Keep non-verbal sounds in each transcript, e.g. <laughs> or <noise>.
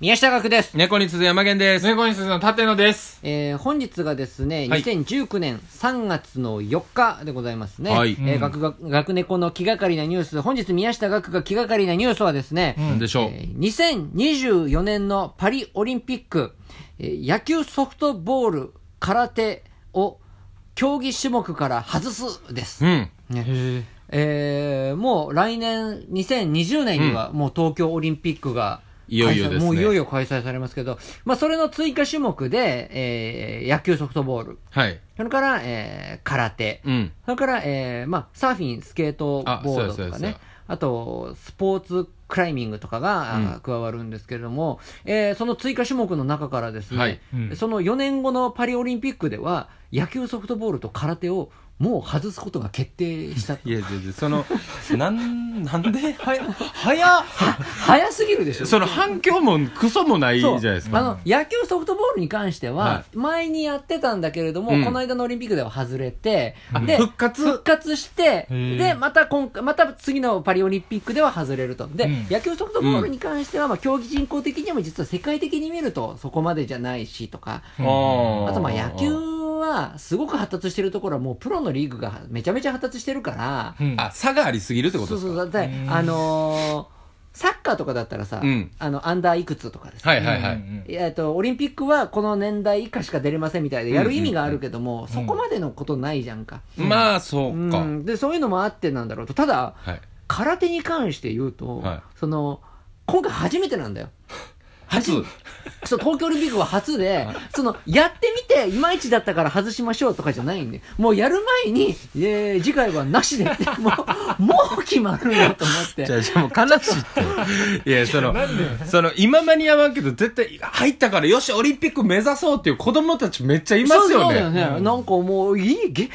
宮下学です。猫に鈴山源です。猫にするの縦野です。えー本日がですね、はい2019年3月の4日でございますね。はいえー学学学猫の気がかりなニュース、本日宮下学が気がかりなニュースはですね、なんでしょう。えー2024年のパリオリンピック、えー野球ソフトボール、空手を競技種目から外すです。うん。ねえーもう来年2020年にはもう東京オリンピックがいよい開よ催ですねもういよいよ開催されますけど、まあ、それの追加種目で、えー野球ソフトボールはい。それから、えー空手、うん。それから、えーまあ、サーフィンスケートボードあそうとやかそうやそうねやあとスポーツクライミングとかが、あー加わるんですけれども、えーその追加種目の中からですね、はいうんその4年後のパリオリンピックでは野球ソフトボールと空手をもう外すことが決定したと <laughs> いやいやいや、その、なん、なんで、はや、はや、早すぎるでしょその反響もクソもないじゃないですあか。の野球ソフトボールに関してはは前にやってたんだけれども、うんこの間のオリンピックでは外れて、んで復活復活してーでまた今回また次のパリオリンピックでは外れるとで、うん野球ソフトボールに関しては、まあ、競技人口的にも実は世界的に見るとそこまでじゃないしとかああとまあ野球ーはすごく発達してるところはもうプロのリーグがめちゃめちゃ発達してるから。うんあ、差がありすぎるってこそとうですそうかだってうんあのーサッカーとかだったらさ、うんあのアンダーいくつとかですねはいはいはうんうい。んえっと、オリンピックはこの年代以下しか出れませんみたいでやる意味があるけども、そこまでのことないじゃんか、まあ、そううんか。でそういうのもあってなんだろうとただはい。空手に関して言うと、はいその今回初めてなんだよ <laughs> 初そう東京オリンピックは初で、そのやってみていまいちだったから外しましょうとかじゃないんでもうやる前に、えー次回はなしでって <laughs> もうもう決まるんだと思ってじゃあ、しかも悲しい <laughs> って。いや、その、その、今間に合わんけど、絶対、入ったから、よし、オリンピック目指そうっていう子供たちめっちゃいますよそうだね。なんかもういいげ現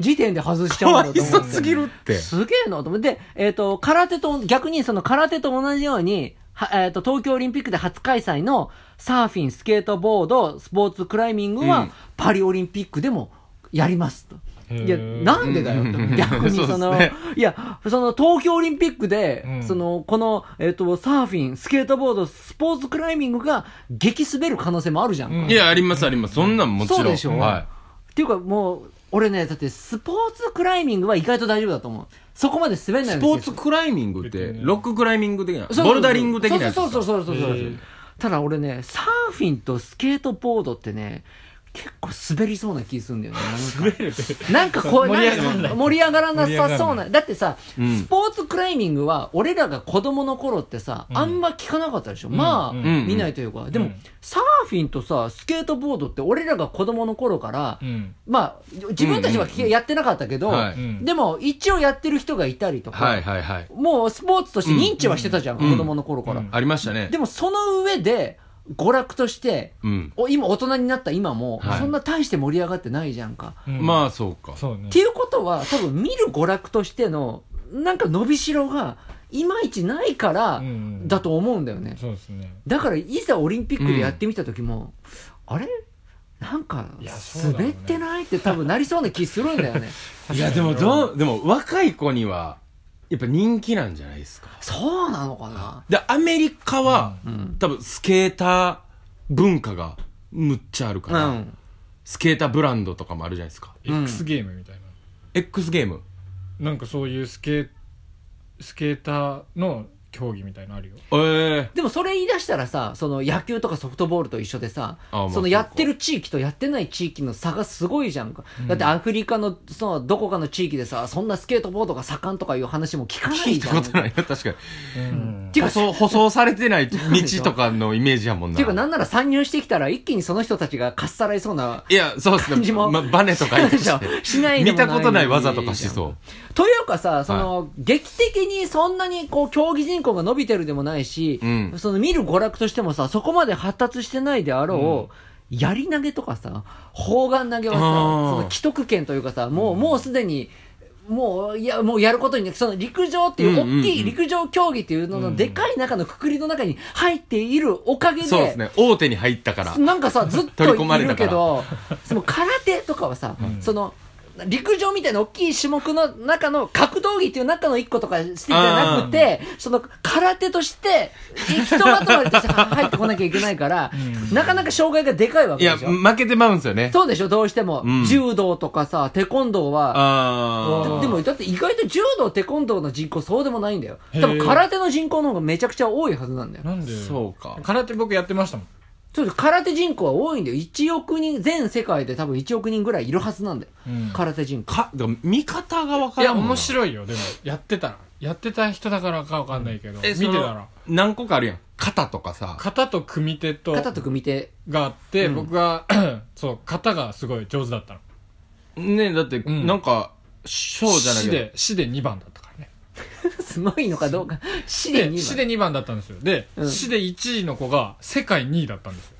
時点で外しちかゃうわんだいと思そってすぎるって。すげえなと思って、でえっ、と、空手と、逆にその空手と同じように、はえっ、と、東京オリンピックで初開催のサーフィン、スケートボード、スポーツ、クライミングは、うんパリオリンピックでもやりますと。へーいや、なんでだよとうん逆にその、そうですねいや、その東京オリンピックで、うんその、この、えっ、と、サーフィン、スケートボード、スポーツ、クライミングが激滑る可能性もあるじゃんか。うんいや、ありますあります。そんなんもちろん。そうでしょはい。っていうかもう、俺ね、だってスポーツクライミングは意外と大丈夫だと思う。そこまで滑んないスんですポよーツクライミングって別にねロッククライミング的なそうそうそうボルダリング的なやつそうそうそうそうそうそうへーただ俺ねサーフィンとスケートボードってね結構滑りそうな気するんだよね滑るなんか <laughs> こう盛り上がらんなかい盛り上がらなさそう盛り上がならなだってさ、うんスポーツクライミングは俺らが子供の頃ってさあんま聞かなかったでしょ、まあ、うんうん見ないというかでも、うんサーフィンとさスケートボードって俺らが子供の頃から、うん。まあ自分たちは聞けやってなかったけど、はいうんでも一応やってる人がいたりとか、はいはいはいもうスポーツとして認知はしてたじゃん、うん子供の頃から、うんありましたねでもその上で娯楽として、うんお今大人になった今も、はいそんな大して盛り上がってないじゃんか、あ、まあそうかそうねって。いうことは多分見る娯楽としてのなんか伸びしろがいまいちないからうんうんだと思うんだよね、そうですね。だからいざオリンピックでやってみた時も、あれなんかいやそうだろう滑っねてないって多分なりそうな気するんだよねいやでもどうでも若い子にはやっぱ人気なんじゃないですかそうなのかなでアメリカはうん、多分スケーター文化がむっちゃあるかうらん、スケーターブランドとかもあるじゃないですかうん X ゲームみたい X ゲームな。なんかそういうスケ、スケーターの競技みたいのあるよ。ええでもそれ言い出したらさその野球とかソフトボールと一緒でさあまあそのやってる地域とやってない地域の差がすごいじゃんか、だってアフリカのそのどこかの地域でさそんなスケートボードが盛んとかいう話も聞かない聞いじたゃんことないな確かにうん。ていう舗か装舗装されてない道とかのイメージやもんっなていうかなんなら参入してきたら一気にその人たちがかっさらいそうないやそうです感じねもまバネとか言ってししないで見もないたことない技とかしそうというかさ、その、劇的にそんなにこう、競技人口が伸びてるでもないし、うんその見る娯楽としてもさ、そこまで発達してないであろう、やり投げとかさ、砲丸投げはさ、あそーの既得権というかさ、もう、もうすでに、もう、いや、もうやることに、その陸上っていううんうんうん大きい陸上競技っていうののでかい中のくくりの中に入っているおかげで、そうですね大手に入ったから <laughs> なんかさ、ずっと取り込まいれるたかけらど、その空手とかはさ、その、陸上みたいな大きい種目の中の格闘技っていう中の一個とかしてじゃなくて、その空手として、一まとまりとしては <laughs> 入ってこなきゃいけないから、なかなか障害がでかいわいけや、でしょ。負けてまうんですよね。そうでしょ、どうしても。うん柔道とかさ、テコンドーは、あうんでも、だって意外と柔道、テコンドーの人口そうでもないんだよ。へー多分空手の人口の方がめちゃくちゃ多いはずなんだよ。なんであ。そうか。空手僕やってましたもんそう空手人口は多いんだよ。1億人、全世界で多分1億人ぐらいいるはずなんだよ。うん空手人口。か、でも見方がわかいらやんもんな。面白いよでもやってたらやってた人だからかわかんないけど見え、てそのたら何個かあるやん。肩とかさ。型と組み手と肩と組み手。 <laughs> があって僕が <coughs> そう型がすごい上手だったのねだって、んなんか、小じゃない死けど。で死で2番だったからねすごいのかどうか。死でで死2で2番だったんですよでうん死で1位の子が世界2位だったんですよ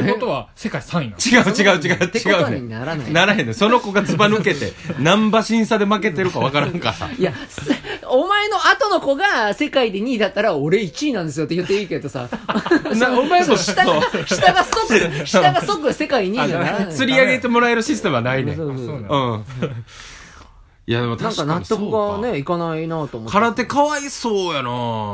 っねてことは世界3位なの違う違う違ってことう違うにね。ならない。ならへんね。その子がずば抜け <laughs> て、何馬審査で負けてるかわからんから。いや、せお前の後の子が世界で2位だったら、俺1位なんですよって言っていいけどさ。 <laughs> なお前もそう下が、下が即、下が即世界2位じゃならない。釣り上げてもらえるシステムはないね。そううそうそうあそうなんだん。いや、でなもん確かかに。納得がね、いかないなと思って。空手かわいそうやな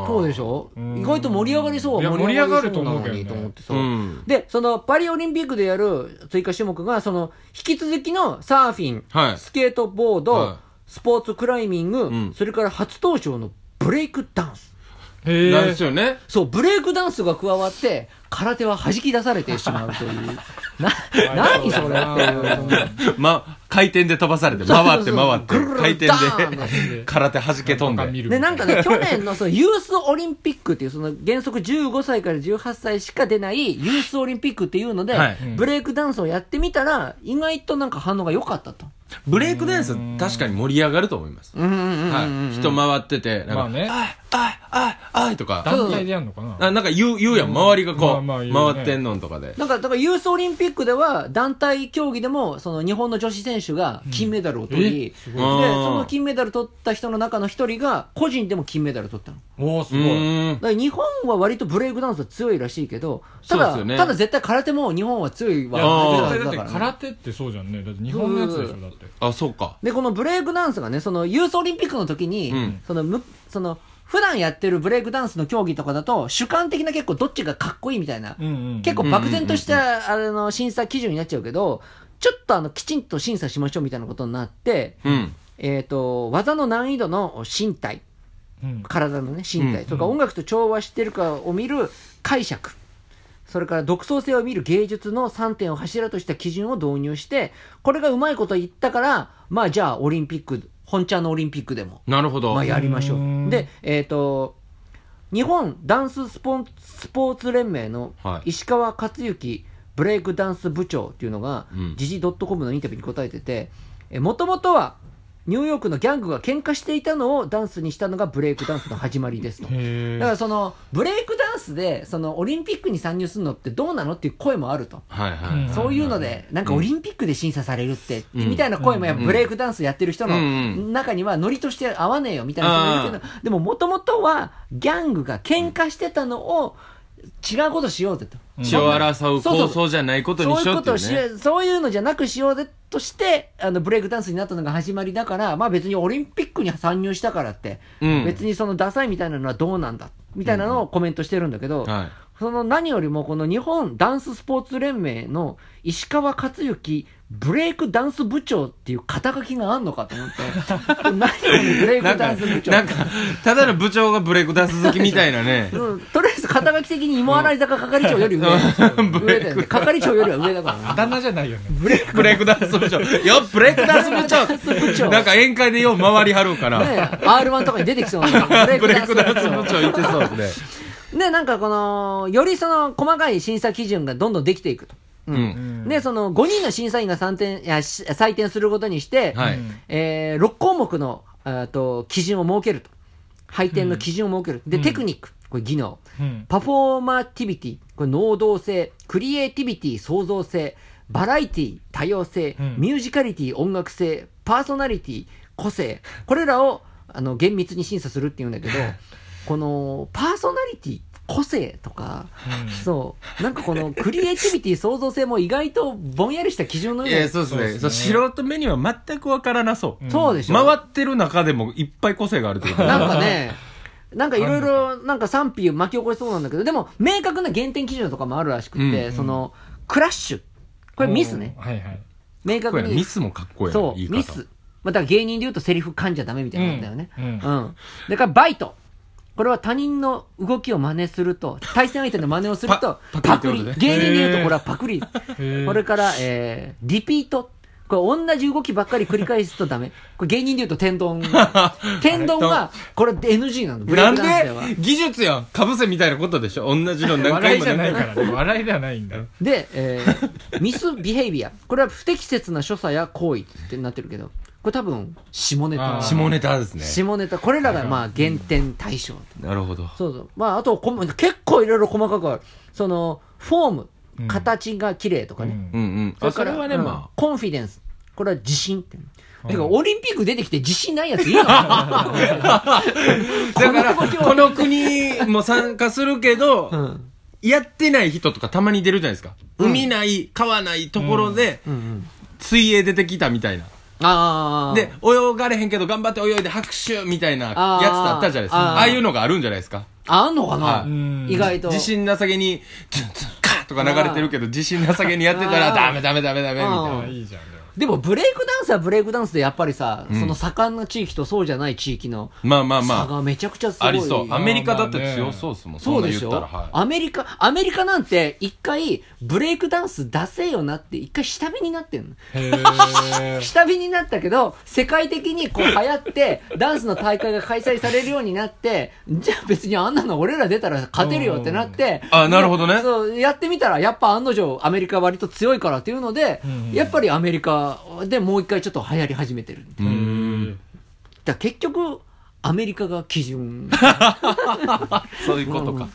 そうでししょうん意外と盛り上がりそういやは盛り上がると思うけどねと思ってさ。うん。で、そのパリオリンピックでやる追加種目が、その、引き続きのサーフィン、はいスケートボード、はいスポーツクライミング、んそれから初登場のブレイクダンス。へなんですーよね。そう、ブレイクダンスが加わって、空手は弾き出されてしまうという。 <laughs> な、何それっていう <laughs> ま、回転で飛ばされて、回って回ってそうそうそう、回転ぐるぐるダで、空手弾け飛んなんか見で。るで、なんかね、去年のそのユースオリンピックっていう、その原則15歳から18歳しか出ないユースオリンピックっていうので、はいブレイクダンスをやってみたら、意外となんか反応が良かったと。ブレイクダンス、確かに盛り上がると思います。うんうんうん。はい。人回ってて、なんか、まあねあい、あい、あい、あいとか、団体でやるのかなあなんか言う、言うやん。周りがこう、まあまあ言うね回ってんのんとかで。なんか、だからユースオリンピックでは、団体競技でも、その日本の女子選手が金メダルを取り、えすで、ごいその金メダル取った人の中の一人が、個人でも金メダル取ったの。おおすうごいーんだ。から日本は割とブレイクダンスは強いらしいけど、たそうですだ、よねただ絶対空手も日本は強いいわやあー絶はず対だだってからね空手ってそうじゃんねだって日本のやつでしょだってあ、そうか。で、このブレイクダンスがね、そのユースオリンピックの時に、うんそのむ、その、普段やってるブレイクダンスの競技とかだと、主観的な結構どっちがかっこいいみたいな、うんうん結構漠然とした、あの、審査基準になっちゃうけど、ちょっとあの、きちんと審査しましょうみたいなことになって、うん。えっ、と、技の難易度の身体、うん体のね、身体とか、うん音楽と調和してるかを見る解釈、それから独創性を見る芸術の3点を柱とした基準を導入して、これがうまいこと言ったから、まあじゃあオリンピック、本ちゃんのオリンピックでも、なるほど。まあやりましょうう。んで、えっ、と、日本ダンススポンスポーツ連盟のはい石川克之ブレイクダンス部長っていうのがうん、時事 .com のインタビューに答えてて、もともとはニューヨークのギャングが喧嘩していたのをダンスにしたのがブレイクダンスの始まりですと。へだーからそのブレイクダンスでそのオリンピックに参入するのってどうなのっていう声もあると。はいはうんい。そういうので、なんかオリンピックで審査されるって、うんみたいな声もやっぱブレイクダンスやってる人うのん中にはノリとして合わねえよみたいな人もいるけど、でももともとはギャングが喧嘩してたのを違うことしようぜと。血を争う構想じゃないことにそうしいうよこうってといをうしね。ようそういうのじゃなくしようぜとして、あの、ブレイクダンスになったのが始まりだから、まあ別にオリンピックに参入したからって、うん別にそのダサいみたいなのはどうなんだ、みたいなのをコメントしてるんだけど、はい。その何よりもこの日本ダンススポーツ連盟の石川克之ブレイクダンス部長っていう肩書きがあんのかと思って何よりブレイなクんダかンス部、長なんか、ただの部長がブレイクダンス好きみたいなね。うん、とりあえず肩書き的に芋洗坂係長より上、上だよね係長よりは上だからあねだ名じゃないよねブレイクダンス部長。よっ、ブレイクダンス部部長長なんか宴会でよう回りはるから。ね R1 とかに出てきそうなブレイクダンス部長部長言ってそうですね。ね、なんかこの、よりその細かい審査基準がどんどんできていくと。ううん。ね、その5人の審査員が3点いやし採点することにして、はい。えー6項目のあーと基準を設けると、配点の基準を設ける、でテクニック、これ技能、うんパフォーマティビティ、これ能動性、クリエイティビティ、創造性、バラエティ、多様性、うんミュージカリティ、音楽性、パーソナリティ、個性、これらをあの厳密に審査するっていうんだけど、このパーソナリティっ個性とか、うんそう、なんかこのクリエイティビティ創造性も意外とぼんやりした基準のいようや、なそうですそうね。ですそねう素人目には全くわからなそう。んそうでしょ。回ってる中でもいっぱい個性があるってことだなんか <laughs> ね、なんかいろいろなんか賛否を巻き起こしそうなんだけど、でも明確な減点基準とかもあるらしくって、うその、クラッシュ。これミスねお。ーはいはい明かっ確こいいなに。ミスもかっこいいなそ、言いう方ミス。まあ、だから芸人で言うとセリフ噛んじゃダメみたいなんだよね。うんうんうん。だからバイト。これは他人の動きを真似すると、対戦相手の真似をすると、パパパククリリって。ことね芸人で言うとこれはパク <laughs> リ。へーこれから、えー、リピート。これ同じ動きばっかり繰り返すと <laughs> ダメ。これ芸人で言うと天丼。天丼が、これ NG なの。ブレイなクんダンスでは。で技術やん。かぶせみたいなことでしょ同じの何笑回いもじゃ何な回いも。からね笑いではないんだで、えーミスビヘイビア。これは不適切な所作や行為ってなってるけど、これ多分、下ネタあ。ー下ネタですね。下ネタ。これらが、まあ、減点対象。なるほど。そうそう。まあ、あと、こま結構いろいろ細かくある。その、フォーうム、ん形が綺麗とかね。うんうんうん。だかあそられはね、うんまコンフィデンス。これは自信って。んてか、オリンピック出てきて自信ないやついいのかあ。 <laughs> だから、この国も参加するけど、なうん。やってない人とかたまに出るじゃないですか。海ない、川ないところで、うんうん。水泳出てきたみたいな。ああ。で、、泳がれへんけど頑張って泳いで拍手みたいなやつあーだったじゃないですか。あーああいうのがあるんじゃないですか。ああんのかなはいうん意外と。自信なさげに、ツンツンカーとか流れてるけど、自信なさげにやってたあら、ーダメダメダメダメみたいあな。ーいいじゃんでもでも、ブレイクダンスはブレイクダンスでやっぱりさ、その盛んな地域とそうじゃない地域のまあまあ差まがめちゃくちゃすあ、ごい。ありそう。アメリカだって強そうっすもん。そうんでな言っしたょ、らはアメリカ、アメリカなんて一回ブレイクダンス出せよなって一回下火になってんの。へー下火になったけど、世界的にこう流行って、ダンスの大会が開催されるようになって、じゃあ別にあんなの俺ら出たら勝てるよってなって、うんあなるほどねそう、やってみたら、やっぱ案の定アメリカ割と強いからっていうので、うんやっぱりアメリカでもう一回ちょっと流行り始めてる。い。うーん。だから結局、アメリカが基準。そういうことか。